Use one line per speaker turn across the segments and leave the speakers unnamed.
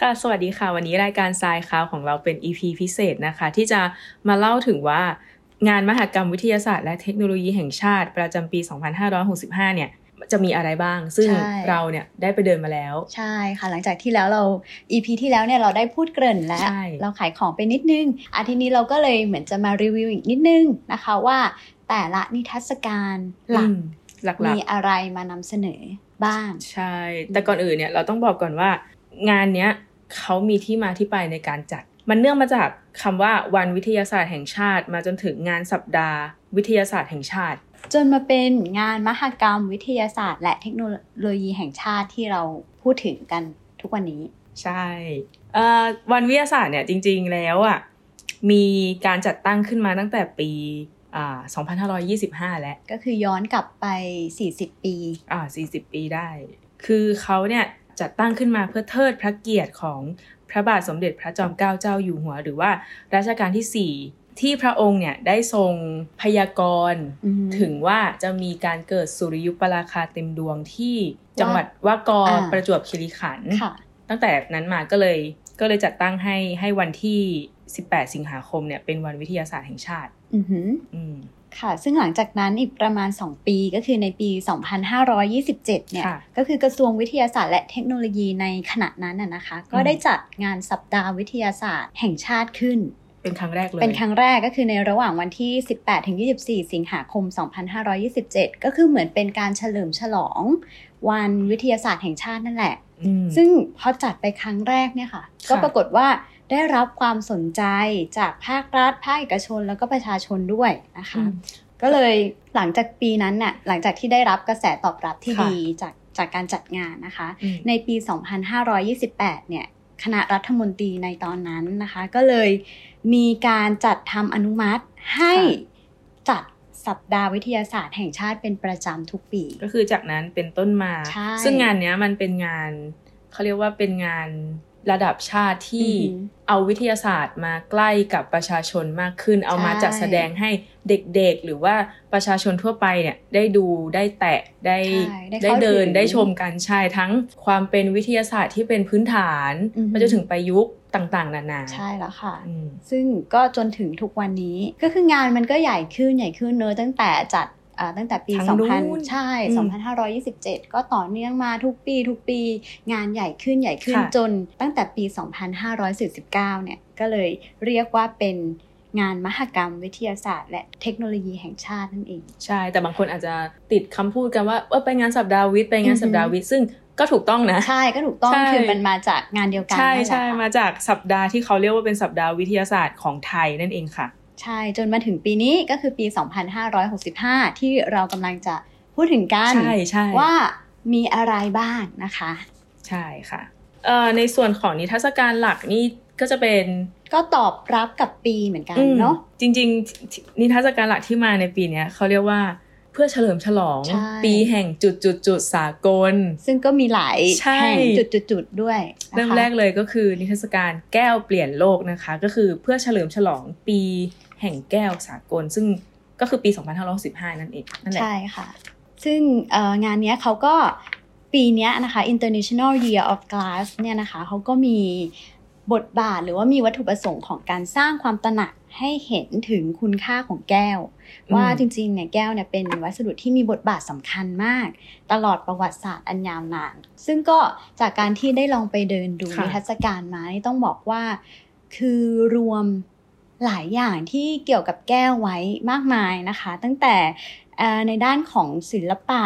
ค่ะ สวัสดีค่ะ วันนี้รายการทรายคาวของเราเป็น EP พิเศษนะคะ ที่จะมาเล่าถึงว่างานมหกรรมวิทยาศาสตร์และเทคโนโลยีแห่งชาติ ประจำปี 2565 เนี่ย จะมีอะไรบ้าง ซึ่ง
ใช่
เราเนี่ยได้ไปเดินมาแล้ว
ใช่ค่ะ หลังจากที่แล้วเรา EP ที่แล้วเนี่ยเราได้พูดเกริ่นแล้ว
ใช่
เราขายของไปนิดนึงอาทิตย์นี้เราก็เลยเหมือนจะมารีวิวอีกนิดนึงนะคะว่าแต่ละนิทรรศการหลัก
อืมหลัก
มีอะไรมานำเสนอบ้าง
ๆ ใช่ แต่ก่อนอื่นเนี่ยเราต้องบอกก่อนว่า งานเนี้ยเขามีที่มาที่ไปในการจัด มันเนื่องมาจากคำว่าวันวิทยาศาสตร์แห่งชาติ มาจนถึงงานสัปดาห์ วิทยาศาสตร์แห่งชาติ
จนมาเป็นงานมหกรรมวิทยาศาสตร์ และเทคโนโลยีแห่งชาติที่เราพูดถึงกันทุกวันนี้
ใช่เอ่อวันวิทยาศาสตร์เนี่ยจริงๆแล้วอ่ะมีการจัดตั้งขึ้นมาตั้งแต่ปีอ่า2525 แล้ว
ก็คือย้อนกลับไป 40 ปี
อ่า40 ปีได้ คือเขาเนี่ยจัดตั้งขึ้นมาเพื่อเทิดพระเกียรติของพระบาทสมเด็จพระจอมเกล้าเจ้าอยู่หัว หรือว่ารัชกาลทีสี่4 ที่พระองค์เนี่ยได้ทรงพยากรณ์
อืม
ถึงว่าจะมีการเกิดสุริยุปราคาเต็มดวงที่จังหวัดวากอ
อ่า
ประจวบคีรีขันธ์
ค่ะ
ตั้งแต่นั้นมาก็เลยก็เลยจัดตั้งให้ให้วันที่ 18 สิงหาคมเนี่ยเป็นวันวิทยาศาสตร์แห่งชาติ
อือหือ
อืม
ค่ะ ซึ่งหลังจากนั้นอีกประมาณ 2 ปีก็คือในปี 2527 เนี่ย
ค่ะ
ก็คือกระทรวงวิทยาศาสตร์และเทคโนโลยีในขณะนั้นน่ะนะคะ ก็ได้จัดงานสัปดาห์วิทยาศาสตร์แห่งชาติขึ้น
เป็นครั้งแรกเลย
เป็นครั้งแรกก็คือในระหว่างวันที่ 18ถึง24 สิงหาคม 2527 ก็คือเหมือนเป็นการเฉลิมฉลอง วันวิทยาศาสตร์แห่งชาตินั่นแหละ
อืม
ซึ่งพอจัดไปครั้งแรกเนี่ยค่ะ
ค่ะ
ก็ปรากฏว่าได้รับความสนใจจากภาครัฐ ภาคเอกชนแล้วก็ประชาชนด้วยนะคะ
อืม
ก็เลยหลังจากปีนั้นน่ะหลังจากที่ได้รับกระแสตอบรับที่
ค่ะ
ดีจากจากการจัดงานนะคะ
อืม
ในปี 2528 เนี่ยคณะรัฐมนตรีในตอนนั้นนะคะ ก็เลยมีการจัดทำอนุมัติให้จัดสัปดาห์วิทยาศาสตร์แห่งชาติเป็นประจำทุกปี
ก็คือจากนั้นเป็นต้นมา
ใช่
ซึ่งงานเนี้ยมันเป็นงานเขาเรียกว่าเป็นงานระดับชาติที่
อือหือ
เอาวิทยาศาสตร์มาใกล้กับประชาชนมากขึ้น เอามา
ใช่
จัดแสดงให้เด็กๆ หรือว่าประชาชนทั่วไปเนี่ยได้ดูได้แตะได้
ใช่
ได้
ข้า
เดิน
ถึง
ได้ชมกันใช่ทั้งความเป็นวิทยาศาสตร์ที่เป็นพื้นฐาน
อือฮึ
ไปจนถึงประยุกต์ต่าง ๆ นานา
ใช่แล้วค่ะ
อืม
ซึ่งก็จนถึงทุกวันนี้ก็คืองานมันก็ใหญ่ขึ้นใหญ่ขึ้นเนอะตั้งแต่จัดอ่าตั้งแต่ปี
ทางนู้น
2000 ใช่
อืม
2527 ก็ต่อเนื่องมาทุกปีทุกปีงานใหญ่ขึ้นใหญ่ขึ้น
ค่ะ
จนตั้งแต่ปี 2549 เนี่ยก็เลยเรียกว่าเป็นงานมหกรรมวิทยาศาสตร์ และเทคโนโลยีแห่งชาตินั่นเอง
ใช่แต่บางคนอาจจะติดคำพูดกันว่าเออไปงานสัปดาห์วิทย์ไปงาน
อือฮึ
สัปดาห์วิทย์ซึ่งก็ถูกต้องนะ
ใช่ก็ถูกต้อง
ใช่
คือมันมาจากงานเดียวกัน
ใช่
นั่นแหละ
ใช่
ค่ะ
มาจากสัปดาห์ที่เขาเรียกว่าเป็นสัปดาห์วิทยาศาสตร์ของไทยนั่นเองค่ะ
ใช่จนมาถึงปีนี้ก็คือปี 2565 ที่เรากำลังจะพูดถึงกัน
ใช่ใช่
ว่ามีอะไรบ้างนะคะ
ใช่ค่ะเอ่อในส่วนของนิทรรศการหลักนี่ก็จะเป็น
ก็ตอบรับกับปีเหมือนกัน
อืม
เนาะ
จริงๆที่นิทรรศการหลักที่มาในปีเนี้ยเขาเรียกว่าเพื่อเฉลิมฉลอง
ใช่
ปีแห่งจุดจุดจุดๆๆสากล
ซึ่งก็มีหลาย
ใช่
แห่งจุดๆๆด้วยนะคะ
เริ่มแรกเลยก็คือนิทรรศการแก้วเปลี่ยนโลกนะคะ ก็คือเพื่อเฉลิมฉลองปีแห่งแก้วสากล ซึ่งก็คือปี 2515 นั่นเองนั่นแหละ
ใช่ค่ะ ซึ่งเอ่องานเนี้ยเขาก็ปีเนี้ยนะคะ International Year of Glass เนี่ยนะคะเขาก็มีบทบาทหรือว่ามีวัตถุประสงค์ของการสร้างความตระหนักให้เห็นถึงคุณค่าของแก้ว ว่าจริงๆ เนี่ยแก้วเนี่ยเป็นวัสดุที่มีบทบาทสำคัญมาก ตลอดประวัติศาสตร์อันยาวนาน ซึ่งก็จากการที่ได้ลองไปเดินดูนิทรรศการมานี่ต้องบอกว่า คือรวมหลายอย่างที่เกี่ยวกับแก้วไว้มากมายนะคะ ตั้งแต่เอ่อในด้านของศิลปะ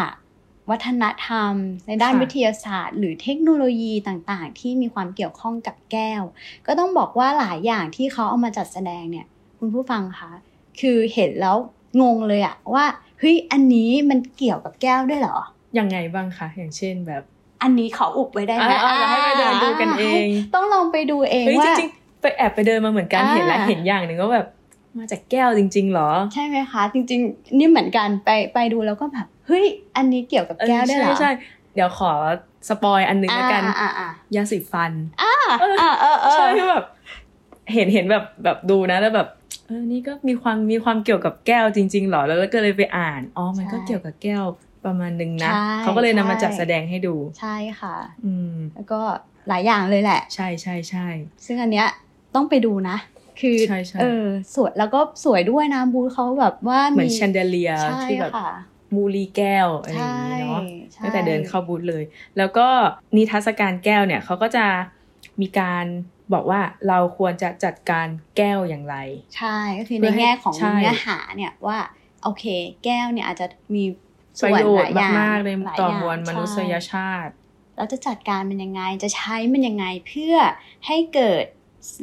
วัฒนธรรม ในด้านวิทยาศาสตร์ หรือเทคโนโลยีต่างๆ ที่มีความเกี่ยวข้องกับแก้ว ก็ต้องบอกว่าหลายอย่างที่เขาเอามาจัดแสดงเนี่ย คุณผู้ฟังคะ คือเห็นแล้วงงเลยอะว่าเฮ้ยอันนี้มันเกี่ยวกับแก้วด้วยเหรอ
ยังไงบ้างคะ อย่างเช่นแบบ
อันนี้ขออุบไว้ได้ไหม
อ่ะเอาเดี๋ยวให้ไปเดินดูกันเอง
ต้องลองไปดูเอง
เฮ้ยจ
ว่า
ริงๆไปแอบไปเดินมาเหมือนกัน
อ่า
เห็นแล้วเห็นอย่างหนึ่งว่าแบบมาจากแก้วจริง ๆ เหรอ
ใช่ไหมคะ จริงๆ นี่เหมือนกันไปไปดูแล้วก็แบบเฮ้ยอันนี้เกี่ยวกับแก้วด้วยเหรอ
ใช่ใช่เดี๋ยวขอสปอยอันหนึ่ง
อ่า
แล้วกัน
อ่าอ่าย
าสีฟัน
อ่าเออเออ
ใช่ที่แบบ เห็นเห็นแบบแบบดูนะแล้วแบบเออนี่ก็มีความมีความเกี่ยวกับแก้วจริง ๆ หรอแล้วก็เลยไปอ่านอ๋อมันก็เกี่ยวกับแก้วประมาณหนึงนะเขาก็เลยนำมาจัดแสดงให้ดู
ใช่ค่ะ
อืม
แล้วก็ หลายอย่างเลยแหละ
ใช่ใช่ใช่
ซึ่งอันเนี้ยต้องไปดูนะ คือ
ใช่ใช่
เออสวยแล้วก็สวยด้วยนะบูธเขาแบบว่า
เหมือน
มี
แชนเดเลีย
ใช่
ที่แบบ
ค่ะ
มูลีแก้วอะไรอย่า
ใช่
งนี้เนาะ
ใช่
ตั้งแต่เดินเข้าบูธเลย แล้วก็นิทรรศการแก้วเนี่ยเขาก็จะมีการบอกว่าเราควรจะจัดการแก้วอย่างไร
ใช่ก็คือ
เพื่
ใน
อให้
แง่ของ
ใช่
เนื้อหาเนี่ยว่าโอเค แก้วเนี่ยอาจจะมี
ป
ส่
ระ
วน
โย
ห
ช
ลาย
น์
อย่าง
มากๆใน
หาย
ต่อ
อย่าง
มวลมนุษย
ใช่
ชาติ
แล้วจะจัดการมันยังไงจะใช้มันยังไงเพื่อให้เกิด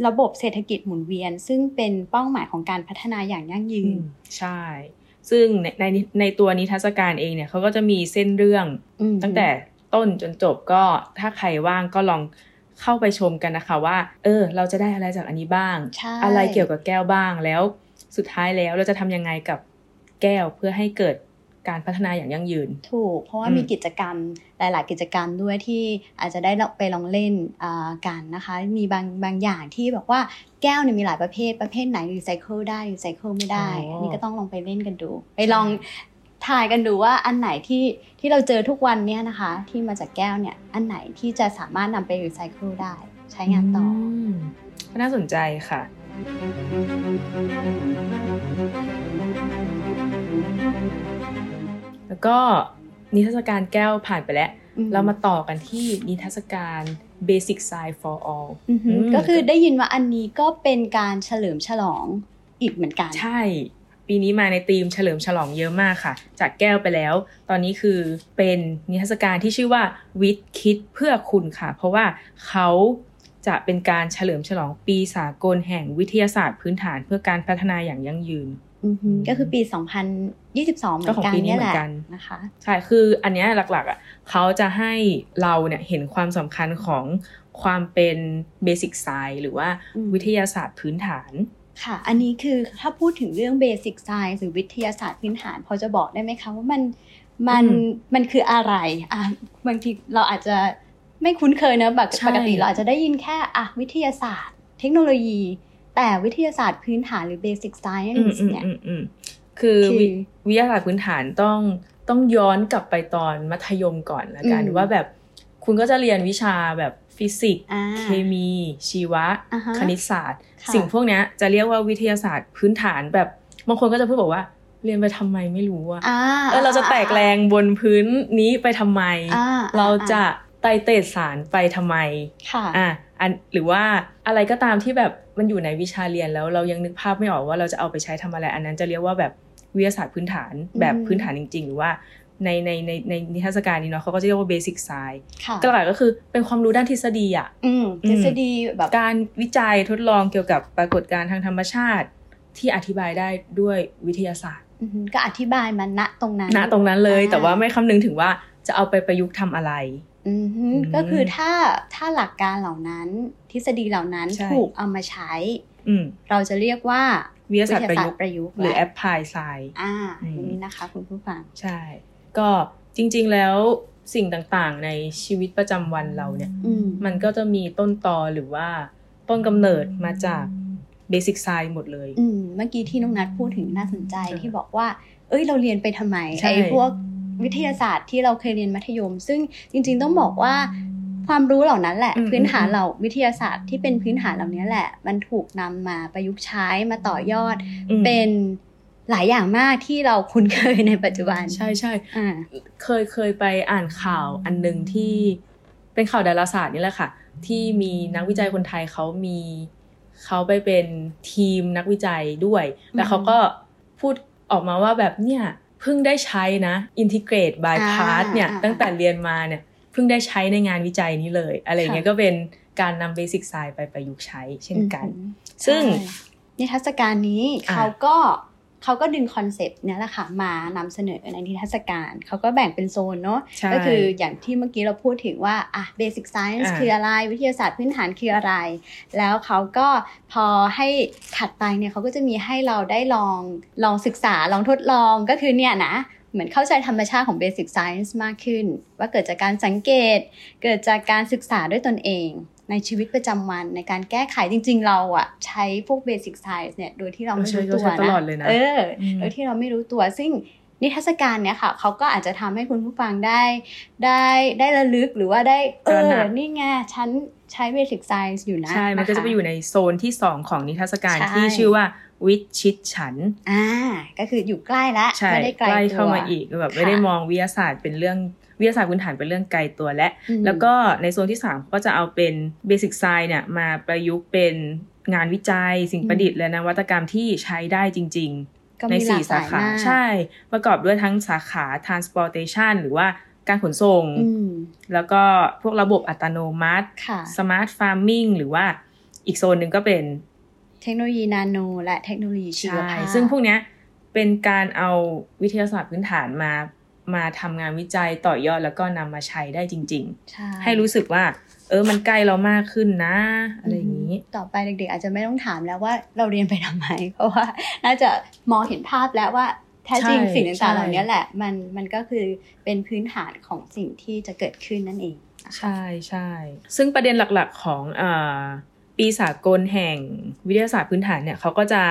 ระบบเศรษฐกิจหมุนเวียน ซึ่งเป็นเป้าหมายของการพัฒนาอย่างยั่งยืน
ใช่ ซึ่งในในในตัวนิทรรศการเองเนี่ยเขาก็จะมีเส้นเรื่อง
อืม
ตั้งแต่ต้นจนจบก็ถ้าใครว่างก็ลองเข้าไปชมกันนะคะว่า เออ เราจะได้อะไรจากอันนี้บ้าง
ใช่
อะไรเกี่ยวกับแก้วบ้างแล้วสุดท้ายแล้วเราจะทำยังไงกับแก้วเพื่อให้เกิดการพัฒนาอย่างยั่งยืน
ถูก เพราะว่า
อืม
มีกิจกรรมหลาย ๆ กิจกรรมด้วยที่อาจจะได้ไปลองเล่นอ่ากันนะคะ มีบางบางอย่างที่บอกว่าแก้วเนี่ยมีหลายประเภทประเภทไหนรีไซเคิลได้รีไซเคิลไม่ได้
อ๋ออั
นนี่ก็ต้องลองไปเล่นกันดู ไปลองถ่ายกันดูว่าอันไหนที่ที่เราเจอทุกวันเนี่ยนะคะ ที่มาจากแก้วเนี่ยอันไหนที่จะสามารถนำไปรีไซเคิลได้ ใช้งานต่ออ
มก็น่าสนใจค่ะ แล้วก็นิทรรศการแก้วผ่านไปแล้ว
อื
เรามาต่อกันที่นิทรรศการ Basic Science for All
อือหือ
อืม
ก็คือได้ยินว่าอันนี้ก็เป็นการเฉลิมฉลองอีกเหมือนกัน
ใช่ ปีนี้มาในธีมเฉลิมฉลองเยอะมากค่ะ จากแก้วไปแล้ว ตอนนี้คือเป็นนิทรรศการที่ชื่อว่าวิทย์คิดเพื่อคุณค่ะ เพราะว่าเขาจะเป็นการเฉลิมฉลองปีสากลแห่งวิทยาศาสตร์พื้นฐานเพื่อการพัฒนาอย่างยั่งยืน
อือหือก็คือปี 2022 เหมือนกัน
ก็ของปีนี้
เนี่ย
เหมือ
แหละ
นกัน
นะคะ
ใช่ คืออันเนี้ยหลักๆอ่ะเขาจะให้เราเนี่ยเห็นความสำคัญของความเป็นเบสิกไซหรือว่า
อืม
วิทยาศาสตร์พื้นฐาน
ค่ะ อันนี้คือถ้าพูดถึงเรื่องเบสิกไซ n c ์หรือวิทยาศาสตร์พื้นฐาน พอจะบอกได้ไหมคะว่ามันมัน
อืม
มันคืออะไรอ่ะบางทีเราอาจจะไม่คุ้นเคยนะปก
ใช่
ปกติเราอาจจะได้ยินแค่อ่ะวิทยาศาสตร์ เทคโนโลยี แต่วิทยาศาสตร์พื้นฐานหรือเบสิกไซ n c
อืมอื
์
ม
เนี่ย
อืมอืมคือ
คือ
วิวิทยาศาสตร์พื้นฐานต้องต้องย้อนกลับไปตอนมัธยมก่อนละกัน
อืม
ว่าแบบคุณก็จะเรียนวิชาแบบฟิสิกส์
อ่า
เคมี ชีวะ
อ่าฮะ
คณิตศาสตร์
ค่ะ
สิ่งพวกเนี้ยจะเรียกว่าวิทยาศาสตร์พื้นฐานแบบบางคนก็จะพูดบอกว่า เรียนไปทำไมไม่รู้อะ
อ่า
เออเราจะแตกแรงบนพื้นนี้ไปทำไม
อ่อ่
เราจะไตรเตดสารไปทำไม
ค่ะ
อ่ะอันหรือว่าอะไรก็ตามที่แบบมันอยู่ในวิชาเรียนแล้วเรายังนึกภาพไม่ออกว่าเราจะเอาไปใช้ทำอะไร อันนั้นจะเรียกว่าแบบวิทยาศาสตร์พื้นฐาน
อืม
แบบพื้นฐานจริง ๆ หรือว่าในในในในนิทรรศการนี้เนาะเขาก็จะเรียกว่าเบสิกไซน์
ค่ะ
ก็หลักๆก็คือเป็นความรู้ด้านทฤษฎีอะ
อืมทฤษฎีแบบ
การวิจัยทดลองเกี่ยวกับปรากฏการณ์ทางธรรมชาติ ที่อธิบายได้ด้วยวิทยาศาสตร์
อือหือก็อธิบายมันณตรงนั้น
ณตรงนั้นเลย
อ่า
แต่ว่าไม่คำนึงถึงว่าจะเอาไปประยุกต์ทำอะไร
อืม
อื
ฮึ
ม
ก็คือถ้าถ้าหลักการเหล่านั้น ทฤษฎีเหล่านั้น
ใช่
ถูกเอามาใช้
อืม
เราจะเรียกว่า
วิทยาศาสตร์ประยุกต์
ประยุกต์
หรือ
แ
แอปพลายไซน์
อ่า
อืม
อย่างนี้นะคะคุณผู้ฟัง
ใช่ ก็จริงๆแล้วสิ่งต่างๆในชีวิตประจำวันเราเนี่ย
อืม
มันก็จะมีต้นตอหรือว่าต้นกำเนิดมาจากเบสิ c ไซ n ์หมดเลย
อืมเมื่อกี้ที่น้องนัดพูดถึงน่าสนใจ
อ่า
ที่บอกว่า เอ้ยเราเรียนไปทำไม
ใช่
ไอ้พวกวิทยาศาสตร์ที่เราเคยเรียนมัธยม ซึ่งจริงๆต้องบอกว่า ความรู้เหล่านั้นแหละ
อืม
พื้นฐานเหล่าวิทยาศาสตร์ที่เป็นพื้นฐานเหล่านี้แหละ มันถูกนำมาประยุกต์ใช้มาต่อยอด
อืม
เป็นหลายอย่างมากที่เราคุ้นเคยในปัจจุบัน
ใช่ใช่
อ่า
เคยเคยไปอ่านข่าวอันหนึ่งที่เป็นข่าวดาราศาสตร์นี่แหละค่ะ ที่มีนักวิจัยคนไทยเขามีเขาไปเป็นทีมนักวิจัยด้วย แล้วเขาก็พูดออกมาว่าแบบเนี่ยเพิ่งได้ใช้นะอินทิเกรตบายพาสเนี่ย
อ่า
ตั้งแต่เรียนมาเนี่ยเพิ่งได้ใช้ในงานวิจัยนี้เลย อะไรอย่างเงี้ยก็เป็นการนำเบสิ c ไซ n ์ไปประยุกต์ใช้เช่นกัน
อืม
ซึ่ง
ใช่นิทรรศการนี้
อ่า
เขาก็เขาก็ดึงคอนเซปต์เนี้ยแหละค่ะมานำเสนอในนิทรรศการเขาก็แบ่งเป็นโซนเนาะ
ใช่
ก็คืออย่างที่เมื่อกี้เราพูดถึงว่าอ่ะเบสิกไซน์
อ่า
คืออะไรวิทยาศาสตร์พื้นฐานคืออะไร แล้วเขาก็พอให้ถัดไปเนี่ยเขาก็จะมีให้เราได้ลองลองศึกษาลองทดลองก็คือเนี่ยนะเหมือนเข้าใจธรรมชาติของเบสิกไซน์มากขึ้น ว่าเกิดจากการสังเกต เกิดจากการศึกษาด้วยตนเอง ในชีวิตประจำวันในการแก้ไขจริง ๆ เราอะใช้พวกเบสิกไซส์เนี่ยโดยที่เราไม่รู้ตัว
ใช้ตลอดเลย
นะ
นะ
เออ
ม
โดยที่เราไม่รู้ตัวซึ่ง นิทรรศการเนี่ยค่ะเขาก็อาจจะทำให้คุณผู้ฟังได้ ได้ได้ระลึกหรือว่าได้เอ
ตระหนั
อก นี่ไงฉันใช้เบสิกไซส์อยู่นะ
ใช่ มันก็
ค
จะไปอยู่ในโซนที่ 2 ของนิทรรศการ
ใช่
ที่ชื่อว่าวิชิตฉัน
อ่าก็คืออยู่ใกล้ละ
ใช่
ไม่ได้ไกลตัว
เข้ามาอีกแบบไม่
ค่ะ
ได้มองวิทยาศาสตร์เป็นเรื่องวิทยาศาสตร์พื้นฐานเป็นเรื่องไกลตัวและ
อืม
แล้วก็ในโซนที่3ามก็จะเอาเป็นเบสิ c ไซ i ์เนี่ยมาประยุกต์เป็นงานวิจัย สิ่งประดิษฐ์และนวัตกรรมที่ใช้ได้จริง
ก็
ๆ ใน
มีหล
สี่
กหล
สาย ขาม
ก
ใช่ ประกอบด้วยทั้งสาขา transportation หรือว่าการขนส่ง
อืม
แล้วก็พวกระบบอัตโนมัติ
ค่ะ
smart farming หรือว่าอีกโซนหนึ่งก็เป็น
เทคโนโลยีนาโน และเทคโนโลยีชีว
ใช่
ภาพ
ซึ่งพวกเนี้ยเป็นการเอาวิทยาศาสตร์พื้นฐานมามาทำงานวิจัยต่อยอดแล้วก็นำมาใช้ได้จริง ๆ
ช่
ให้รู้สึกว่า เออมันใกล้เรามากขึ้นนะ อะไรอย่างนี้
มต่อไปเด็กๆ อาจจะไม่ต้องถามแล้วว่าเราเรียนไปทำไม เพราะว่าน่าจะมองเห็นภาพแล้วว่าแท้จริง
ใช่
สิ่งต่าง
ใช่
ๆเหล่านี้แหละ มันมันก็คือเป็นพื้นฐานของสิ่งที่จะเกิดขึ้นนั่นเอง
ใช่ใช่ซึ่งประเด็นหลักๆของเออปีสากลแห่งวิทยาศาสตร์พื้นฐานเนี่ยเขาก็จะ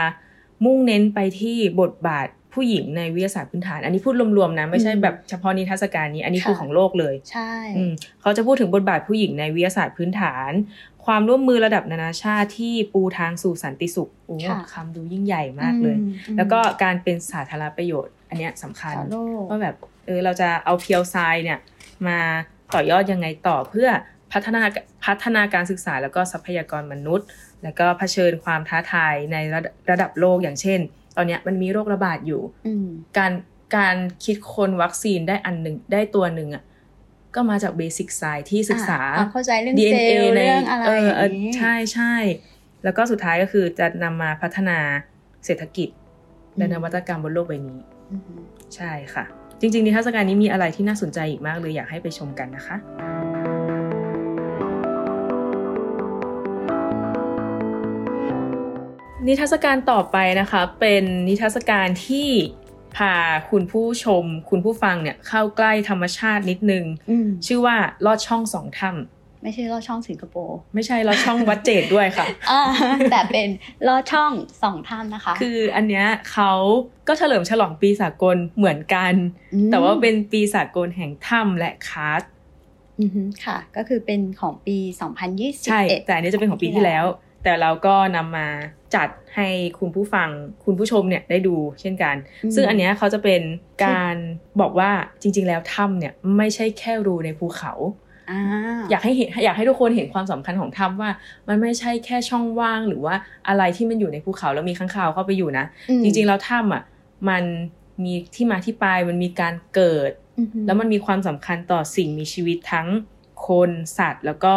มุ่งเน้นไปที่บทบาทผู้หญิงในวิทยาศาสตร์พื้นฐาน อันนี้พูดรวมๆนะไม่ใช่แบบเฉพาะนิทรรศการนี้ อันนี้คือของโลกเลย
ใช่
อืมเขาจะพูดถึงบทบาทผู้หญิงในวิทยาศาสตร์พื้นฐาน ความร่วมมือระดับนานาชาติที่ปูทางสู่สันติสุขโอ้โหคำดูยิ่งใหญ่มากเลย
อือืม
แล้วก็การเป็นสาธารณประโยชน์ อันเนี้ยสำคัญ
ต่อโลก
ว่าแบบเออเราจะเอาเพียวไซน์เนี่ยมาต่อยอดยังไงต่อเพื่อพัฒนาพัฒนาการศึกษาแล้วก็ทรัพยากรมนุษย์ แล้วก็เผชิญความท้าทายในระดับระดับโลกอย่างเช่น ตอนเนี้ยมันมีโรคระบาดอยู่
อืม
การการคิดคนวัคซีนได้อันหนึ่งได้ตัวหนึ่งอ่ะก็มาจากเบสิ c ไซน์ที่ศึกษา
อ่ะเข้าใจเรื่องเซล
DNA
ล์
ใน
เรื่องอะไร
เอ
อ
อย่าง เออ
นี้
ใช่ใช่แล้วก็สุดท้ายก็คือจะนำมาพัฒนาเศรษฐกิจและนวัตกรรมบนโลกใบนี้
อืม
ใช่ค่ะ จริงๆนิทรรศการนี้มีอะไรที่น่าสนใจอีกมากเลยอยากให้ไปชมกันนะคะ นิทรรศการต่อไปนะคะ เป็นนิทรรศการที่พาคุณผู้ชม คุณผู้ฟังเนี่ยเข้าใกล้ธรรมชาตินิดนึง
อืม
ชื่อว่าลอดช่องสองถ้
ไม่ใช่ลอดช่องสิงคโปร์
ำไม่ใช่ลอดช่องวัดเจดด้วยค่ะ
อ่าแต่เป็นลอดช่องสองถ้ำนะคะ
คืออันเนี้ยเขาก็เฉลิมฉลองปีสากลเหมือนกัน
ม
แต่ว่าเป็นปีสากลแห่งถ้ำและคาร์ส
อือฮึค่ะ ก็คือเป็นของปี 2021
ใช่ แต่อันนี้จะเป็นของปีที่แล้ว แต่เราก็นำมาจัดให้คุณผู้ฟังคุณผู้ชมเนี่ยได้ดูเช่นกัน
อืม
ซึ่งอันเนี้ยเขาจะเป็นการบอกว่าจริง ๆ แล้วถ้ำเนี่ยไม่ใช่แค่รูในภูเขา
อ่า
อยากให้เห็นอยากให้ทุกคนเห็นความสำคัญของถ้ำว่า มันไม่ใช่แค่ช่องว่างหรือว่าอะไรที่มันอยู่ในภูเขาแล้วมีข้างคาวเข้าไปอยู่นะ
อืม
จริงๆแล้วถ้ำอ่ะมันมีที่มาที่ไปมันมีการเกิด
อือฮึ
แล้วมันมีความสำคัญต่อสิ่งมีชีวิตทั้งคนสัตว์ แล้วก็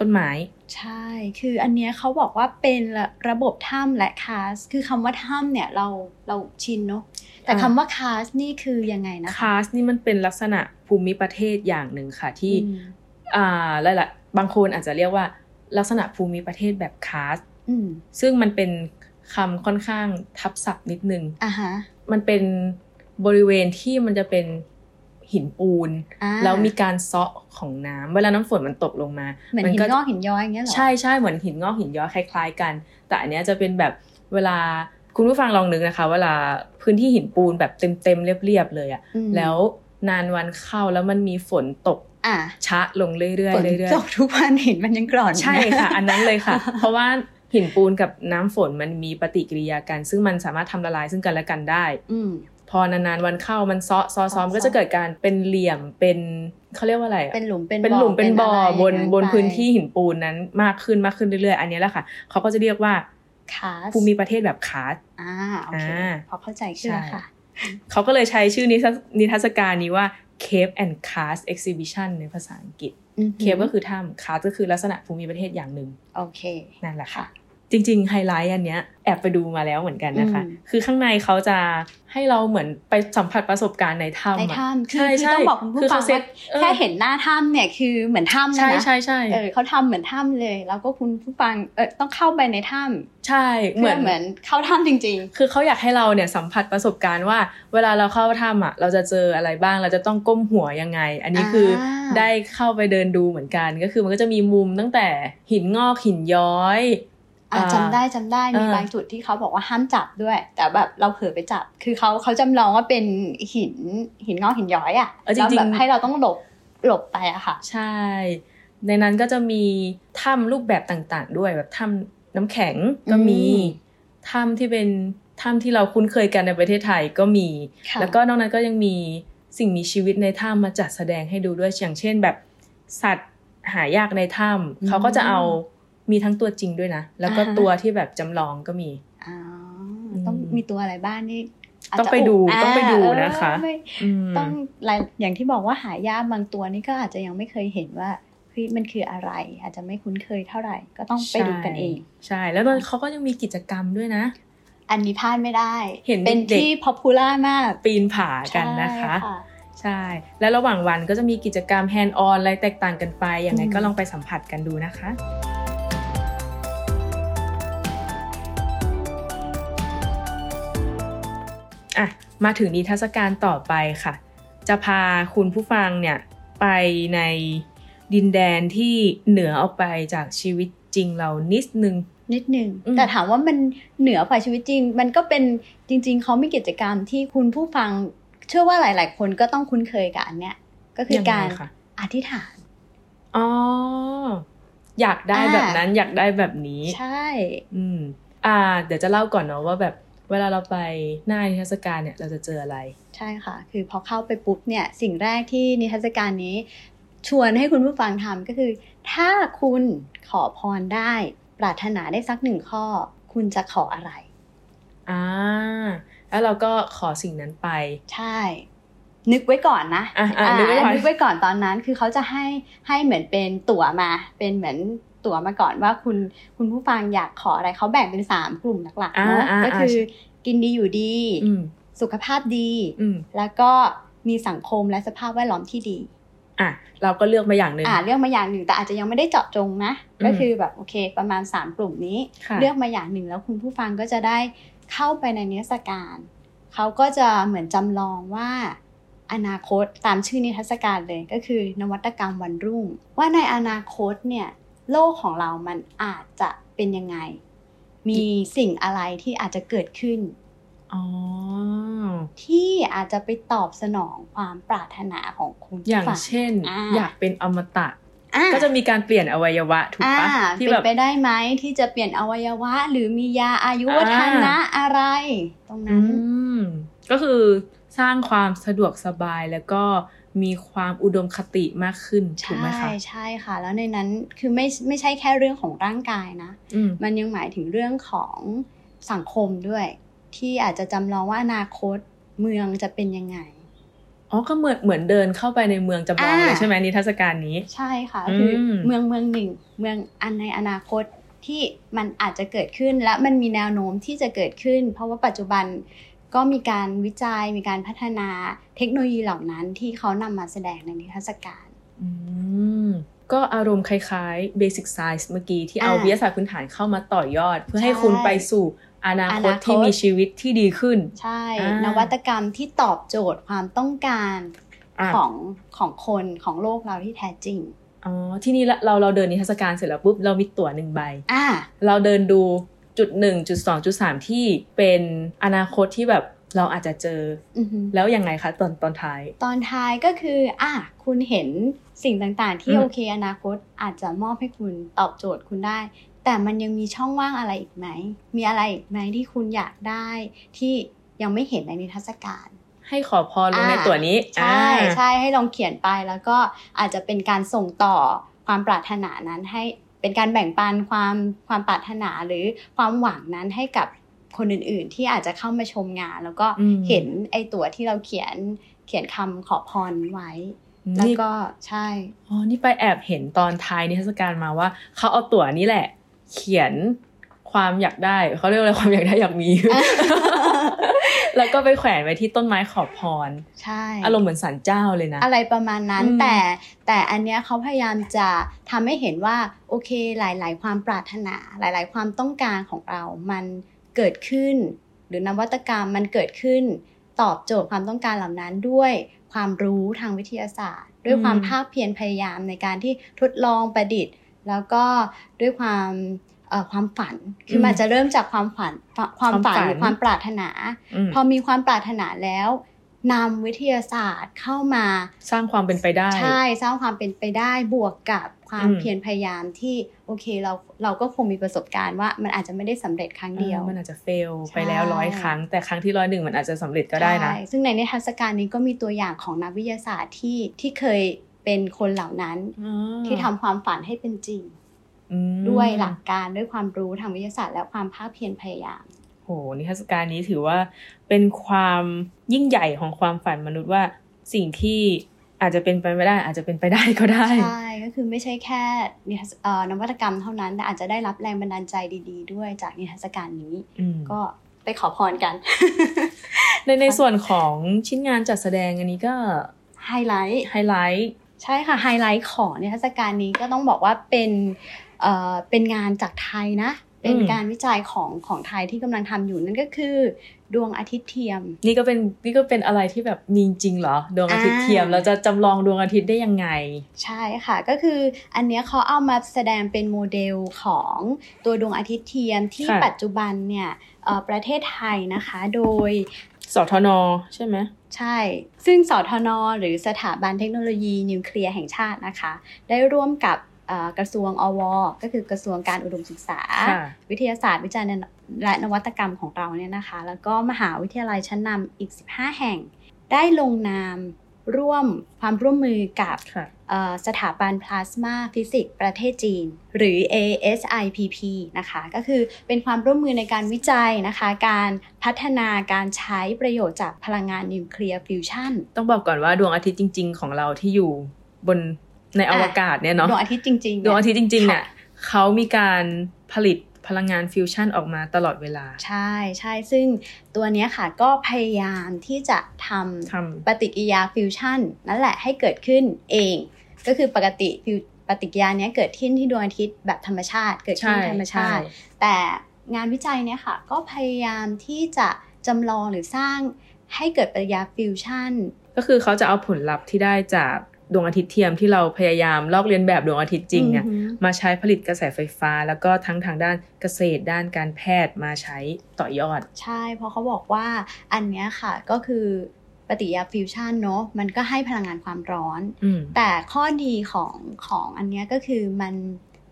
ต้นไม้
ใช่ คืออันเนี้ยเขาบอกว่าเป็นระบบถ้ำและคาส คือคำว่าถ้ำเนี่ยเราเราชินเนาะ แต่
อ่า
คำว่าคาสนี่คือยังไงนะคะ
คาสนี่มันเป็นลักษณะภูมิประเทศอย่างหนึ่งค่ะที่
อืม
อ่าหลายๆบางคนอาจจะเรียกว่าลักษณะภูมิประเทศแบบคาส
อืม
ซึ่งมันเป็นคำค่อนข้างทับศัพท์นิดนึง
อ่าฮะ
มันเป็นบริเวณที่มันจะเป็นหินปูน
อ่า
แล้วมีการเซาะของน้ำเวลาน้ำฝนมันตกลงมา
เหมือนหิน
ก็
งอกหินย้อยอย่างเงี้ยเหรอ
ใช่ใช่เหมือนหินงอกหินย้อยคล้ายๆกัน แต่อันเนี้ยจะเป็นแบบเวลาคุณผู้ฟังลองนึกนะคะ เวลาพื้นที่หินปูนแบบเต็มๆเรียบๆเลยอะ
อืม
แล้วนานวันเข้าแล้วมันมีฝนตก
อ่า
ชะลงเรื่อยๆเรื่
ฝน
อย
ตกทุกวันหินมันยังกร่อน
ๆใช่ ค่ะ อันนั้นเลยค่ะ เพราะว่าหินปูนกับน้ำฝนมันมีปฏิกิริยากัน ซึ่งมันสามารถทำละลายซึ่งกันและกันได้
อืม
พอนานๆวันเข้ามันซ้อซ้อซ้อม
ซ้อ
ก็จะเกิดการเป็นเหลี่ยมเป็นเขาเรียกว่าอะไรอะ
เป็นหลุมเป็น
เป็นหลุมเป็นบ่อ
อะไร
บนบนพื้นที่
ไป
หินปูนนั้นมากขึ้นมากขึ้นเรื่อยๆ อันเนี้ยแหละค่ะเขาก็จะเรียกว่า
คาส
ภูมิประเทศแบบคาร์ด
อ่าโอเค
อ่า
พอเข้าใจขึ้นแล้วค่ะ
เขาก็เลยใช้ชื่อนิทรรศนิทรรศการนี้ว่า Cape and Cast Exhibition ในภาษาอังกฤษ
อือฮึ
เคฟก็คือถ้ำคาร์ทก็คือลักษณะภูมิประเทศอย่างหนึ่ง
โอเค
นั่นแหละค่ะ จริงๆไฮไลท์อันเนี้ยแอบไปดูมาแล้วเหมือนกันนะคะ
อืม
คือข้างในเขาจะให้เราเหมือนไปสัมผัสประสบการณ์ในถ้ำ
ใน
อะ
ถ้ำคือ
ใช่
คือ
ใช่
ต้องบอกคุณผู้ฟัง
เขเซ็
ว่า
ตออ
แค่เห็นหน้าถ้ำเนี่ยคือเหมือนถ้ำนะ
ใช่
นะ
ใช่ใช่
เออเขาทำเหมือนถ้ำเลย แล้วก็คุณผู้ฟังเออต้องเข้าไปในถ้
ใช่
ำ
เหมือน
เหมือนเข้าถ้ำจริง
คือเขาอยากให้เราเนี่ยสัมผัสประสบการณ์ว่า เวลาเราเข้าถ้ำอ่ะเราจะเจออะไรบ้างเราจะต้องก้มหัวยังไง อันนี้คืออา ได้เข้าไปเดินดูเหมือนกัน ก็คือมันก็จะมีมุมตั้งแต่หินงอกหินย้อย
อ่ะ
อ่า
จำได้จำได้มี
เออ
บางจุดที่เขาบอกว่าห้ามจับด้วย แต่แบบเราเผลอไปจับ คือเขาเขาจำลองว่าเป็นหินหินงอกหินย้อยอะ
เออจริ
แล้ว
งๆ
แบบให้เราต้องหลบหลบไปอะค่ะ
ใช่ ในนั้นก็จะมีถ้ำรูปแบบต่างๆ ด้วยแบบถ้ำน้ำแข็งก็มี
อืม
ถ้ำที่เป็นถ้ำที่เราคุ้นเคยกันในประเทศไทยก็มี
ค่ะ
แล้วก็นอกนั้นก็ยังมีสิ่งมีชีวิตในถ้ำมาจัดแสดงให้ดูด้วยอย่างเช่นแบบสัตว์หายากในถ้ำเขาก็จะเอามีทั้งตัวจริงด้วยนะ แล้วก็ตัวที่แบบจำลองก็มี
อ๋ออ
ม
ต้องมีตัวอะไรบ้างนี่าจจะ
ต้องไปดู
า
ต้องไปดู
เออ
นะคะ
ไม่
อืม
ต้องรายอย่างที่บอกว่าหายากบางตัวนี่ก็อาจจะยังไม่เคยเห็นว่าเฮ้ยมันคืออะไร อาจจะไม่คุ้นเคยเท่าไหร่ ก็ต้องไปดูกันเอง
ใช่ใช่ แล้วมันเขาก็ยังมีกิจกรรมด้วยนะ
อันนี้พลาดไม่ได้
เห็น
เป็น
เด็ก
ที่ popular มาก
ปีนผากันนะคะ
ใช่
ใช่ และระหว่างวันก็จะมีกิจกรรมแฮนด์ออนอะไรแตกต่างกันไป ยังไง
อืม
ก็ลองไปสัมผัสกันดูนะคะ อ่ะ มาถึงนิทรรศการต่อไปค่ะ จะพาคุณผู้ฟังเนี่ยไปในดินแดนที่เหนือออกไปจากชีวิตจริงเรานิดนึง
นิดนึง
อืม
แต่ถามว่ามันเหนือกว่าชีวิตจริง มันก็เป็นจริง ๆ เขามีกิจกรรมที่คุณผู้ฟัง เชื่อว่าหลาย ๆ คนก็ต้องคุ้นเคยกับอันเนี้ยก็คือ
ยังไง
การ
คะ
อธิษฐาน
อ๋อ อยากได้แบบนั้นอยากได้แบบนี้
ใช่
อืม อ่า เดี๋ยวจะเล่าก่อนเนาะว่าแบบเวลาเราไปหน้านิทรรศการเนี่ย เราจะเจออะไร
ใช่ค่ะ คือพอเข้าไปปุ๊บเนี่ยสิ่งแรกที่นิทรรศการนี้ ชวนให้คุณผู้ฟังทำก็คือ ถ้าคุณขอพรได้ ปรารถนาได้สักหนึ่งข้อ คุณจะขออะไร
อ่า แล้วเราก็ขอสิ่งนั้นไป
ใช่ นึกไว้ก่อนนะ
อ่ะอ่ะนึกไว้ก่อน
นึกไว้ก่อนตอนนั้น คือเขาจะให้ให้เหมือนเป็นตั๋วมา เป็นเหมือนตั๋วมาก่อนว่าคุณคุณผู้ฟังอยากขออะไรเขาแบ่งเป็นสามกลุ่มหลักๆเนอะ
อ่าอ่า
ก็คือกินดีอยู่ดี
อืม
สุขภาพดี
อืม
แล้วก็มีสังคมและสภาพแวดล้อมที่ดี
อ่ะ เราก็เลือกมาอย่างหนึ่ง
อ่าเลือกมาอย่างหนึ่งแต่อาจจะยังไม่ได้เจาะจงนะ
อืม
ก็คือแบบโอเค ประมาณ 3 กลุ่มนี้
ค่ะ
เลือกมาอย่างหนึ่งแล้วคุณผู้ฟังก็จะได้เข้าไปในนิทรรศการเขาก็จะเหมือนจำลองว่าอนาคตตามชื่อนิทรรศการเลยก็คือนวัตกรรมวันรุ่ง ว่าในอนาคตเนี่ยโลกของเรามันอาจจะเป็นยังไง มีสิ่งอะไรที่อาจจะเกิดขึ้น
อ๋อ
ที่อาจจะไปตอบสนองความปรารถนาของคุณผู้
อย่าง
ฟัง
เช่น
อ่า
อยากเป็นอมตะ
อ่
ก็จะมีการเปลี่ยนอวัยวะถูก
อ่า
ปะ
เป็
ที่
น
แบบ
ไปได้ไหมที่จะเปลี่ยนอวัยวะ หรือมียาอายุวัฒนะอะไร ตรง
อื
นั้น
ม ก็คือสร้างความสะดวกสบายแล้วก็มีความอุดมคติมากขึ้นถูกไหม
ใช่
คะ
ใช่ค่ะ แล้วในนั้นคือไม่ไม่ใช่แค่เรื่องของร่างกายนะ
อืม
มันยังหมายถึงเรื่องของสังคมด้วย ที่อาจจะจำลองว่าอนาคตเมืองจะเป็นยังไง
อ๋อ ก็เหมือนเหมือนเดินเข้าไปในเมืองจำลองเลย
อ่า
ใช่ไหมนิทรรศการนี้
ใช่ค่ะคืออ
ม
เมืองเมืองหนึ่ง เมืองอันในอนาคตที่มันอาจจะเกิดขึ้นและมันมีแนวโน้มที่จะเกิดขึ้น เพราะว่าปัจจุบันก็มีการวิจัยมีการพัฒนาเทคโนโลยีเหล่านั้นที่เขานำมาแสดงในนิทรรศการ
อืม ก็อารมณ์คล้ายๆ Basic Science เมื่อกี้ที่เอา
อ่า
วิทยาศาสตร์พื้นฐานเข้ามาต่อยอด เพื่อให้
ใช่
คุณไปสู่อนาคต
อนาคต
ที่มีชีวิตที่ดีขึ้น
ใช่
อ่านน
วัตกรรมที่ตอบโจทย์ความต้องการ
อ่ะ
ของของคนของโลกเราที่แท้จริง
อ๋อ ที่นี่ละเราเราเดินนิทรรศการเสร็จแล้วปุ๊บ เรามีตั๋วหนึ่งใบ
อ่า
เราเดินดูจุดหนึ่งจุดสองจุดสามที่เป็นอนาคตที่แบบเราอาจจะเจอ
อือฮึ
แล้วยังไงคะตอนตอนท้าย
ตอนท้ายก็คืออ่ะคุณเห็นสิ่งต่างๆ ที่
อืม
โอเคอนาคตอาจจะมอบให้คุณตอบโจทย์คุณได้ แต่มันยังมีช่องว่างอะไรอีกไหม มีอะไรอีกไหมที่คุณอยากได้ ที่ยังไม่เห็นในนิทรรศการ
ให้ขอพรลงใน
อ่า
ตั๋วนี้
ใช่
อ่า
ใช่ให้ลองเขียนไปแล้วก็อาจจะเป็นการส่งต่อความปรารถนานั้นให้เป็นการแบ่งปันความความปรารถนาหรือความหวังนั้นให้กับคนอื่นๆ ที่อาจจะเข้ามาชมงาน แล้วก็
อืม
เห็นไอ้ตัวที่เราเขียนเขียนคำขอพรไว้ แล้ว
นี่
ก็ใช่
อ๋อ นี่ไปแอบเห็นตอนท้ายนิทรรศการมาว่าเขาเอาตั๋วนี้แหละ เขียนความอยากได้เขาเรียกอะไรความอยากได้อยาก มี แล้วก็ไปแขวนไว้ที่ต้นไม้ขอพร
ใช่
อารมณ์เหมือนสันเจ้าเลยนะ
อะไรประมาณนั้น
อืม
แต่แต่อันเนี้ยเขาพยายามจะทำให้เห็นว่าโอเคหลาย ๆ ความปรารถนา หลาย ๆ ความต้องการของเรา มันเกิดขึ้น หรือนวัตกรรมมันเกิดขึ้น ตอบโจทย์ความต้องการเหล่านั้นด้วยความรู้ทางวิทยาศาสตร์ ด้วยความภาคเพียรพยายามในการที่ทดลองประดิษฐ์ แล้วก็ด้วยความ เอ่อความฝัน คืออ
ม
มันจะเริ่มจากความฝันความ
ความฝั
ฝัน
น
หรือความปรารถนา
อืม
พอมีความปรารถนาแล้วนำวิทยาศาสตร์เข้ามา
สร้างความเป็นไปได้
ใช่สร้างความเป็นไปได้บวกกับความ
อืม
เพียรพยายามที่โอเคเราเราก็คงมีประสบการณ์ว่ามันอาจจะไม่ได้สำเร็จครั้งเดียว
ออมันอาจจะเฟลไปแล้ว
ใช่
ร้อยครั้ง แต่ครั้งที่ร้อยหนึ่งมันอาจจะสำเร็จก็ได้นะ
ใช่ซึ่งในนิทรรศการนี้ก็มีตัวอย่างของนักวิทยาศาสตร์ที่ที่เคยเป็นคนเหล่านั้น
อ่า
ที่ทำความฝันให้เป็นจริง
อืม
ด้วยหลักการด้วยความรู้ทางวิทยาศาสตร์ และความภาคเพียรพยายาม
โหนิทรรศการนี้ถือว่าเป็นความยิ่งใหญ่ของความฝันมนุษย์ว่าสิ่งที่อาจจะเป็นไปไม่ได้ อาจจะเป็นไปได้ก็ได้
ใช่ก็คือไม่ใช่แค่นิทรรศเอ่อนวัตกรรมเท่านั้นแต่อาจจะได้รับแรงบันดาลใจดีๆ ด้วยจากนิทรรศการนี้
อืม
ก็ไปขอพรกัน
ในในส่วนของชิ้นงานจัดแสดงอันนี้ก็
ไฮไลท์
ไฮไลท์
ใช่ค่ะ ไฮไลท์ของนิทรรศการนี้ก็ต้องบอกว่าเป็นเอ่อเป็นงานจากไทยนะ เป็นการวิจัยของของไทยที่กำลังทำอยู่นั่นก็คือ ดวงอาทิตย์เทียม
นี่ก็เป็นนี่ก็เป็นอะไรที่แบบมีจริงเหรอ ดวงอาทิตย์เทียม
อ่า
เราจะจำลองดวงอาทิตย์ได้ยังไง
ใช่ค่ะ ก็คืออันเนี้ยเขาเอามาแสดงเป็นโมเดลของตัวดวงอาทิตย์เทียมที่
ค่ะ
ปัจจุบันเนี่ยเอ่อประเทศไทยนะคะโดย
สทนใช่ไหม
ใช่ ซึ่งสทน หรือสถาบันเทคโนโลยีนิวเคลียร์แห่งชาตินะคะ ได้ร่วมกับเอ่อกระทรวงอว ก็คือกระทรวงการอุดมศึกษา
ค่ะ
วิทยาศาสตร์วิจัยและนวัตกรรมของเราเนี่ยนะคะ แล้วก็มหาวิทยาลัยชั้นนำอีก 15 แห่ง ได้ลงนามร่วมความร่วมมือกับ
ค่ะ
เอ่อสถาบันพลาสมาฟิสิกส์ประเทศจีน หรือ ASIPP นะคะ ก็คือเป็นความร่วมมือในการวิจัยนะคะ การพัฒนาการใช้ประโยชน์จากพลังงานนิวเคลียร์ฟิวชั่น
ต้องบอกก่อนว่าดวงอาทิตย์จริง ๆ ของเราที่อยู่บนในอวกาศเนี่ยเนาะ
ดวงอาทิตย์จริงๆ
ดวงอาทิตย์จริงๆเนี่ย
ค่ะ
เขามีการผลิตพลังงานฟิวชั่นออกมาตลอดเวลา
ใช่ใช่ซึ่งตัวเนี้ยค่ะก็พยายามที่จะทำ
ทำ
ปฏิกิริยาฟิวชั่นนั่นแหละให้เกิดขึ้นเอง ก็คือปกติฟิวปฏิกิริยาเนี้ยเกิดขึ้นที่ดวงอาทิตย์แบบธรรมชาติ เกิดขึ้นที่ธรรมชาติ แต่งานวิจัยเนี่ยค่ะก็พยายามที่จะจำลองหรือสร้างให้เกิดปฏิกิริยาฟิวชั่น
ก็คือเขาจะเอาผลลัพธ์ที่ได้จากดวงอาทิตย์เทียมที่เราพยายามลอกเลียนแบบดวงอาทิตย์จริงเนี่ย
อือหือ
มาใช้ผลิตกระแสไฟฟ้า แล้วก็ทั้งทางด้านเกษตรด้านการแพทย์มาใช้ต่อยอด
ใช่ เพราะเขาบอกว่าอันเนี้ยค่ะก็คือปฏิกิริยาฟิวชั่นเนาะมันก็ให้พลังงานความร้อน
อืม
แต่ข้อดีของของอันเนี้ยก็คือมัน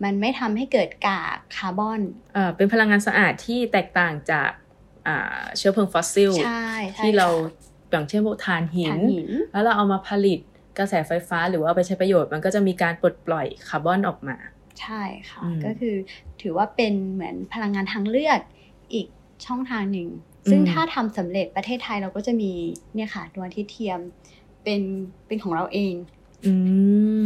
มันไม่ทำให้เกิดกากคาร์บอน
เอ่อเป็นพลังงานสะอาดที่แตกต่างจากอ่าเชื้อเพลิงฟอสซิล
ใช่ใช่
ที่เรา
ค่ะ
อย่างเช่นพวกถ่านหิ
ถ่าน หิน
แล้วเราเอามาผลิตกระแสไฟฟ้าหรือว่าเอาไปใช้ประโยชน์มันก็จะมีการปลดปล่อยคาร์บอนออกมา
ใช่ค่ะ
อืม
ก็คือถือว่าเป็นเหมือนพลังงานทางเลือกอีกช่องทางหนึ่ง ซึ่ง
อืม
ถ้าทำสำเร็จประเทศไทยเราก็จะมีเนี่ยค่ะดวงอาทิตย์เทียมเป็นเป็นของเราเอง
อื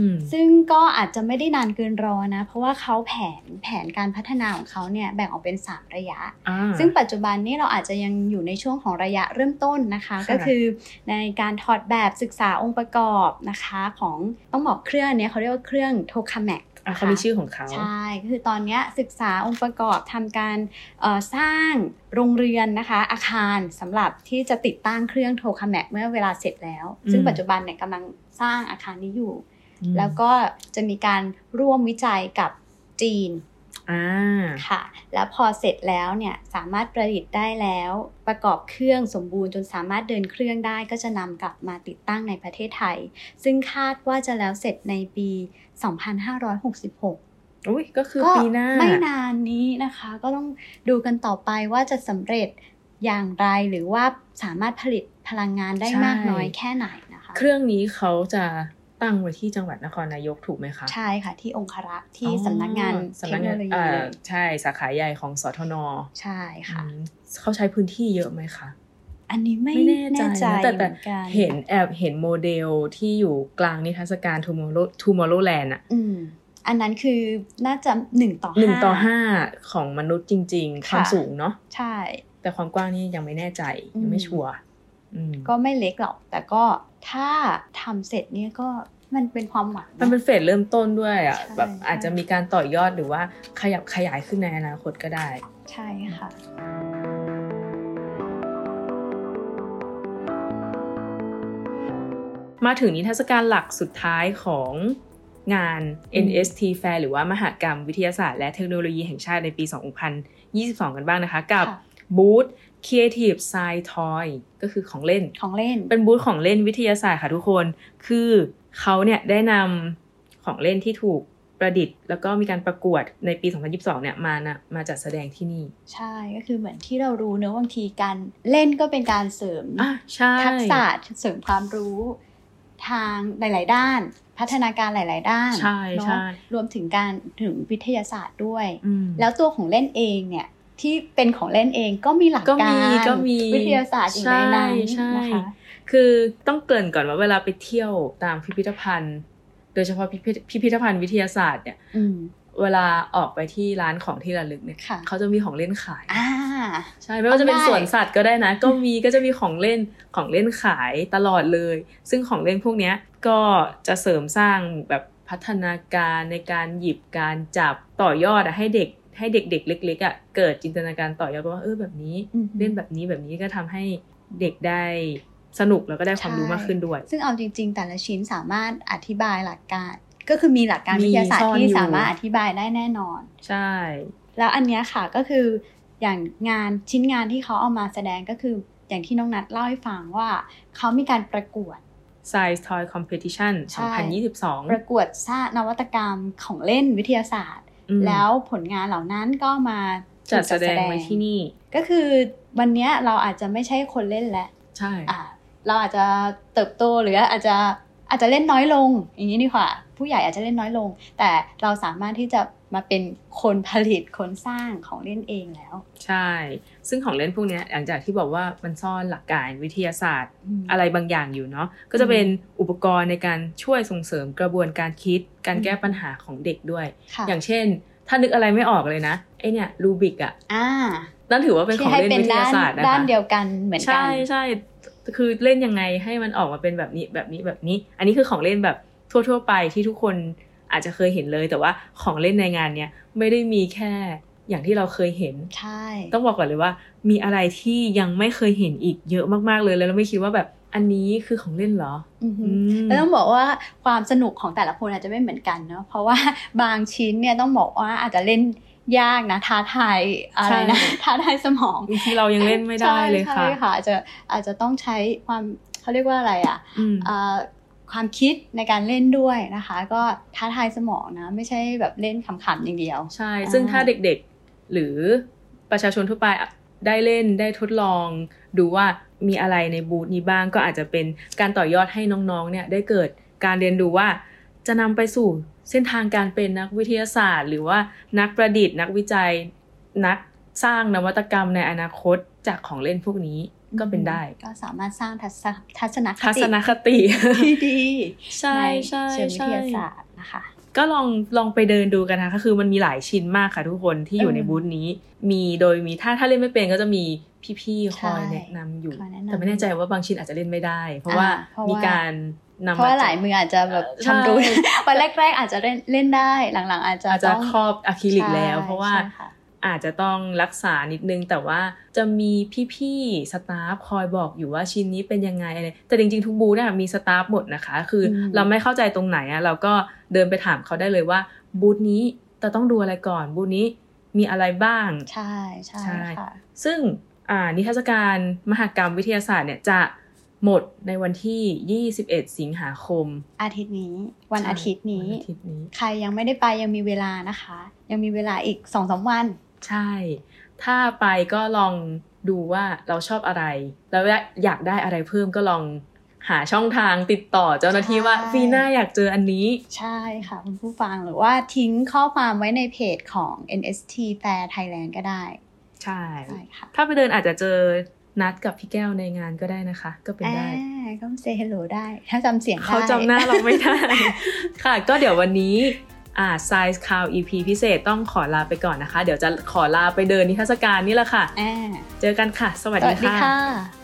ม
ซึ่งก็อาจจะไม่ได้นานเกินรอนะ เพราะว่าเขาแผนแผนการพัฒนาของเขาเนี่ยแบ่งออกเป็น 3 ระยะ
อ่า
ซึ่งปัจจุบันนี้เราอาจจะยังอยู่ในช่วงของระยะเริ่มต้นนะคะ
ค่ะ
ก็คือในการถอดแบบศึกษาองค์ประกอบนะคะของต้องบอกเครื่องเนี้ยเขาเรียกว่าเครื่องโทคาแมก
อ่ะเขามีชื่อของเขา
ใช่ ก็คือตอนเนี้ยศึกษาองค์ประกอบทำการเอ่อสร้างโรงเรือนนะคะ อาคารสำหรับที่จะติดตั้งเครื่องโทคาแมกเมื่อเวลาเสร็จแล้ว
อืม
ซึ่งปัจจุบันเนี่ยกำลังสร้างอาคารนี้อยู่
อืม
แล้วก็จะมีการร่วมวิจัยกับจีน
อ่า
ค่ะ แล้วพอเสร็จแล้วเนี่ยสามารถประดิษฐ์ได้แล้ว ประกอบเครื่องสมบูรณ์จนสามารถเดินเครื่องได้ ก็จะนำกลับมาติดตั้งในประเทศไทย ซึ่งคาดว่าจะแล้วเสร็จในปี 2566
อุ้ยก็คือ
ก็
ปีหน้า
ไม่นานนี้นะคะก็ต้องดูกันต่อไปว่าจะสำเร็จอย่างไรหรือว่าสามารถผลิตพลังงานได้
ใช่
มากน้อยแค่ไหนนะคะ
เครื่องนี้เขาจะตั้งไว้ที่จังหวัดนครนายกถูกไหมคะ
ใช่ค่ะที่องครักษ์ที่
อ๋อ
สำนักงานเท
สำนั
ค
ก
โน
งาน
โลยี
อ่า
เลย
ใช่สาขาใหญ่ของสทน
ใช่ค่ะ
อืมเขาใช้พื้นที่เยอะไหมคะ
อันนี้ไม่
ไม่
แน่
แน่
ใจ
ใจ
เห
นะ
มื
แต่
อ
แต่
นกัน
เห็นแอบเห็นโมเดลที่อยู่กลางนิทรรศการ Tomorrow Tomorrowland อะ
อืมอันนั้นคือน่าจะหนึ่งต่อ
หนึ่งต่อ
ห้า
ห้าของมนุษย์จริง ๆ ความ
ค่ะ
สูงเนาะ
ใช่
แต่ความกว้างนี่ยังไม่แน่ใจ
อืม
ยังไม่ชัวร์อืม
ก็ไม่เล็กหรอก แต่ก็ถ้าทำเสร็จเนี่ยก็มันเป็นความหวังะ
มันเป็นเฟสเริ่มต้นด้วยอ่ะ
ใช่
แบบอาจจะ
ใช่
มีการต่อยอดหรือว่าขยับขยายขึ้นในอนาคตก็ได้
ใช่ค่ะ
มาถึงนิทรรศการหลักสุดท้ายของ งาน NST Fair หรือว่ามหกรรมวิทยาศาสตร์และเทคโนโลยีแห่งชาติในปี 2022 กันบ้างนะคะ กับ
ค่ะ
บูธ Creative Side Toy ก็คือของเล่น
ของเล่น
เป็นบูธของเล่นวิทยาศาสตร์ค่ะทุกคน คือเขาเนี่ยได้นำของเล่นที่ถูกประดิษฐ์ แล้วก็มีการประกวดในปี 2022 เนี่ยมานะมาจัดแสดงที่นี่
ใช่ก็คือเหมือนที่เรารู้เนอะบางทีการเล่นก็เป็นการเสริม
อ่ะใช่
ทักษะเสริมความรู้ทางหลาย ๆ ด้าน พัฒนาการหลาย ๆ ด้าน
ใช่
เนอะ
ใช่
รวมถึงการถึงวิทยาศาสตร์ด้วย
อืม
แล้วตัวของเล่นเองเนี่ยที่เป็นของเล่นเองก็มีหลัก
ก็
กา
มี
ร
ก็มี
วิทยาศาสตร์อยู่ในนั้น
ใช่
นะ
ใช่
คะ
คือต้องเกริ่นก่อนว่าเวลาไปเที่ยวตามพิพิธภัณฑ์ โดยเฉพาะพิพิธพิพิธภัณฑ์วิทยาศาสตร์เนี่ย
อืม
เวลาออกไปที่ร้านของที่ระลึกเนี่ย
ค่ะ
เขาจะมีของเล่นขาย
อ่า
ใช่ไม่ว่าจะเป็น
ได้
สวนสัตว์ก็ได้นะ ก็มีก็จะมีของเล่นของเล่นขายตลอดเลย ซึ่งของเล่นพวกเนี้ยก็จะเสริมสร้างแบบพัฒนาการในการหยิบการจับต่อยอดอะให้เด็กให้เด็ก ๆ เล็ก ๆอะเกิดจินตนาการต่อยอดว่าเออแบบนี้
อืม
เล่นแบบนี้แบบนี้ก็ทำให้เด็กได้สนุกแล้วก็ได้ความรู้มากขึ้นด้วย
ซึ่งเอาจริง ๆ แต่ละชิ้นสามารถอธิบายหลักการ ก็คือมีหลักการ
มี
วิทยาศาสต
ซ่อน
ร์ที่
อยู่
สามารถอธิบายได้แน่นอน
ใช่
แล้วอันเนี้ยค่ะก็คืออย่างงานชิ้นงานที่เขาเอามาแสดงก็คืออย่างที่น้องนัดเล่าให้ฟังว่าเขามีการประกวด
Science Toy Competition
ใช่
2022
ประกวดสร้างนวัตกรรมของเล่นวิทยาศาสตร์
อืม
แล้วผลงานเหล่านั้นก็มา
จัดแสดงไว้ที่นี่
ก็คือวันเนี้ยเราอาจจะไม่ใช่คนเล่นแล้ว
ใช่
อ่าเราอาจจะเติบโตหรืออาจจะอาจจะเล่นน้อยลง อย่างนี้ดีกว่า ผู้ใหญ่อาจจะเล่นน้อยลง แต่เราสามารถที่จะมาเป็นคนผลิตคนสร้างของเล่นเองแล้ว
ใช่ ซึ่งของเล่นพวกเนี้ยหลังจากที่บอกว่ามันซ่อนหลักการวิทยาศาสตร์ อะไรบางอย่างอยู่เนาะก็จะเป็นอุปกรณ์ในการช่วยส่งเสริมกระบวนการคิด การ
อืม
แก้ปัญหาของเด็กด้วย
ค่ะ
อย่างเช่น ถ้านึกอะไรไม่ออกเลยนะไอเนี่ยรูบิกอ่ะ
อ่า
นั่นถือว่าเป็นข
ที่
อง
ให้
เล่น
เป็น
วิ
ด้าย
ทาน ศาสตร์นะคะ
ด้านเดียวกันเหมือนกั
ใช่
น
ใช่คือเล่นยังไงให้มันออกมาเป็นแบบนี้แบบนี้แบบนี้ อันนี้คือของเล่นแบบทั่ว ๆ ไปที่ทุกคนอาจจะเคยเห็นเลย แต่ว่าของเล่นในงานเนี้ยไม่ได้มีแค่อย่างที่เราเคยเห็น
ใช่
ต้องบอกก่อนเลยว่า มีอะไรที่ยังไม่เคยเห็นอีกเยอะมากๆเลยแล้วเราไม่คิดว่าแบบอันนี้คือของเล่นเหรอ
อือฮึ
อืม
แล้วต้องบอกว่าความสนุกของแต่ละคนอาจจะไม่เหมือนกันเนาะเพราะว่า บางชิ้นเนี่ยต้องบอกว่าอาจจะเล่นยากนะท้าทายอะไรนะ
ใช่
ท้าทายสมอง
บางทีเรายังเล่นไม่ได้เลยค่ะ
ใช่ใช่อาจจะอาจจะต้องใช้ความเขาเรียกว่าอะไรอ่ะ
อืม
เอ่อความคิดในการเล่นด้วยนะคะ ก็ท้าทายสมองนะ ไม่ใช่แบบเล่นขำๆอย่างเดียว
ใช่ ซึ่ง
อ่า
ถ้าเด็กๆ หรือประชาชนทั่วไปอะได้เล่นได้ทดลอง ดูว่ามีอะไรในบูธนี้บ้างก็อาจจะเป็นการต่อยอดให้น้องๆ เนี่ยได้เกิดการเรียนรู้ว่า จะนำไปสู่เส้นทางการเป็นนักวิทยาศาสตร์ หรือว่านักประดิษฐ์ นักวิจัย นักสร้างนวัตกรรมในอนาคตจากของเล่นพวกนี้ก็เป็นได้
ก็สามารถสร้างทัศนทัศนค
ทัศ
ติ
นคติ
ที่ดี
ใช่
ใน
ใช่
เชิงวิ
ใช่
ทยาศาสตร์นะคะ
ก็ลองลองไปเดินดูกันนะคะก็คือมันมีหลายชิ้นมากค่ะทุกคนที่อยู่
เออ
ในบูธนี้ มีโดยมีถ้าถ้าเล่นไม่เป็นก็จะมีพี่ๆคอย
ใช่
แนะนำอยู่
คอยแนะนำ
แต่ไม่แน่ใจว่าบางชิ้นอาจจะเล่นไม่ได้ เพราะว่า
อ่าเพราะว่ามี
มีการนำ
เพราะว่าหลา
จ
ย
ก
มืออาจจะแบบ
ใช่
ทำดู วันแรก ๆ อาจจะเล่นเล่นได้หลังๆ อาจจะ
อาจจะ
ต้อง
ครอบอะคริลิก
ใช่
แล้ว เพราะว่า
ใช่ค่ะ
อาจจะต้องรักษานิดนึง แต่ว่าจะมีพี่ๆสตาฟคอยบอกอยู่ว่าชิ้นนี้เป็นยังไงอะไรแต่จริงๆทุกบูธน่ะมีสตาฟหมดนะคะ คืออ
ม
เราไม่เข้าใจตรงไหนอะเราก็เดินไปถามเขาได้เลยว่าบูธนี้จะต้องดูอะไรก่อนบูธนี้มีอะไรบ้าง
ใช่ใช่
ใช่
ค่ะ
ซึ่งอ่านิทรรศการมหกรรมวิทยาศาสตร์เนี่ยจะหมดในวันที่ 21 สิงหาคม
อาทิตย์นี้วันอาทิตย์นี้
วันอาทิตย์นี้
ใครยังไม่ได้ไปยังมีเวลานะคะ ยังมีเวลาอีกสองสามวัน
ใช่ ถ้าไปก็ลองดูว่าเราชอบอะไร แล้วอยากได้อะไรเพิ่มก็ลองหาช่องทางติดต่อเจ้าหน้าที่ว่า
ใช่
ฟีน่าอยากเจออันนี้
ใช่ค่ะคุณผู้ฟังหรือว่าทิ้งข้อความไว้ในเพจของ NST Fair Thailand ก็ได้
ใช่
ใช่ค่ะ
ถ้าไปเดินอาจจะเจอนัดกับพี่แก้วในงานก็ได้นะคะ ก็เป็นได้
อ่าก็เซฮัลโหลได้ ถ้าจำเสียงได้
เขาจำหน้ าเราไม่ได้ ค่ะ ก็เดี๋ยววันนี้อ่า Size Cow EP พิเศษต้องขอลาไปก่อนนะคะ เดี๋ยวจะขอลาไปเดินนิทรรศการนี่แหละค่ะ
อ่า
เจอกันค่ะ สวัส
ส
ดี
วัสดี
ค่ะ
ค่ะ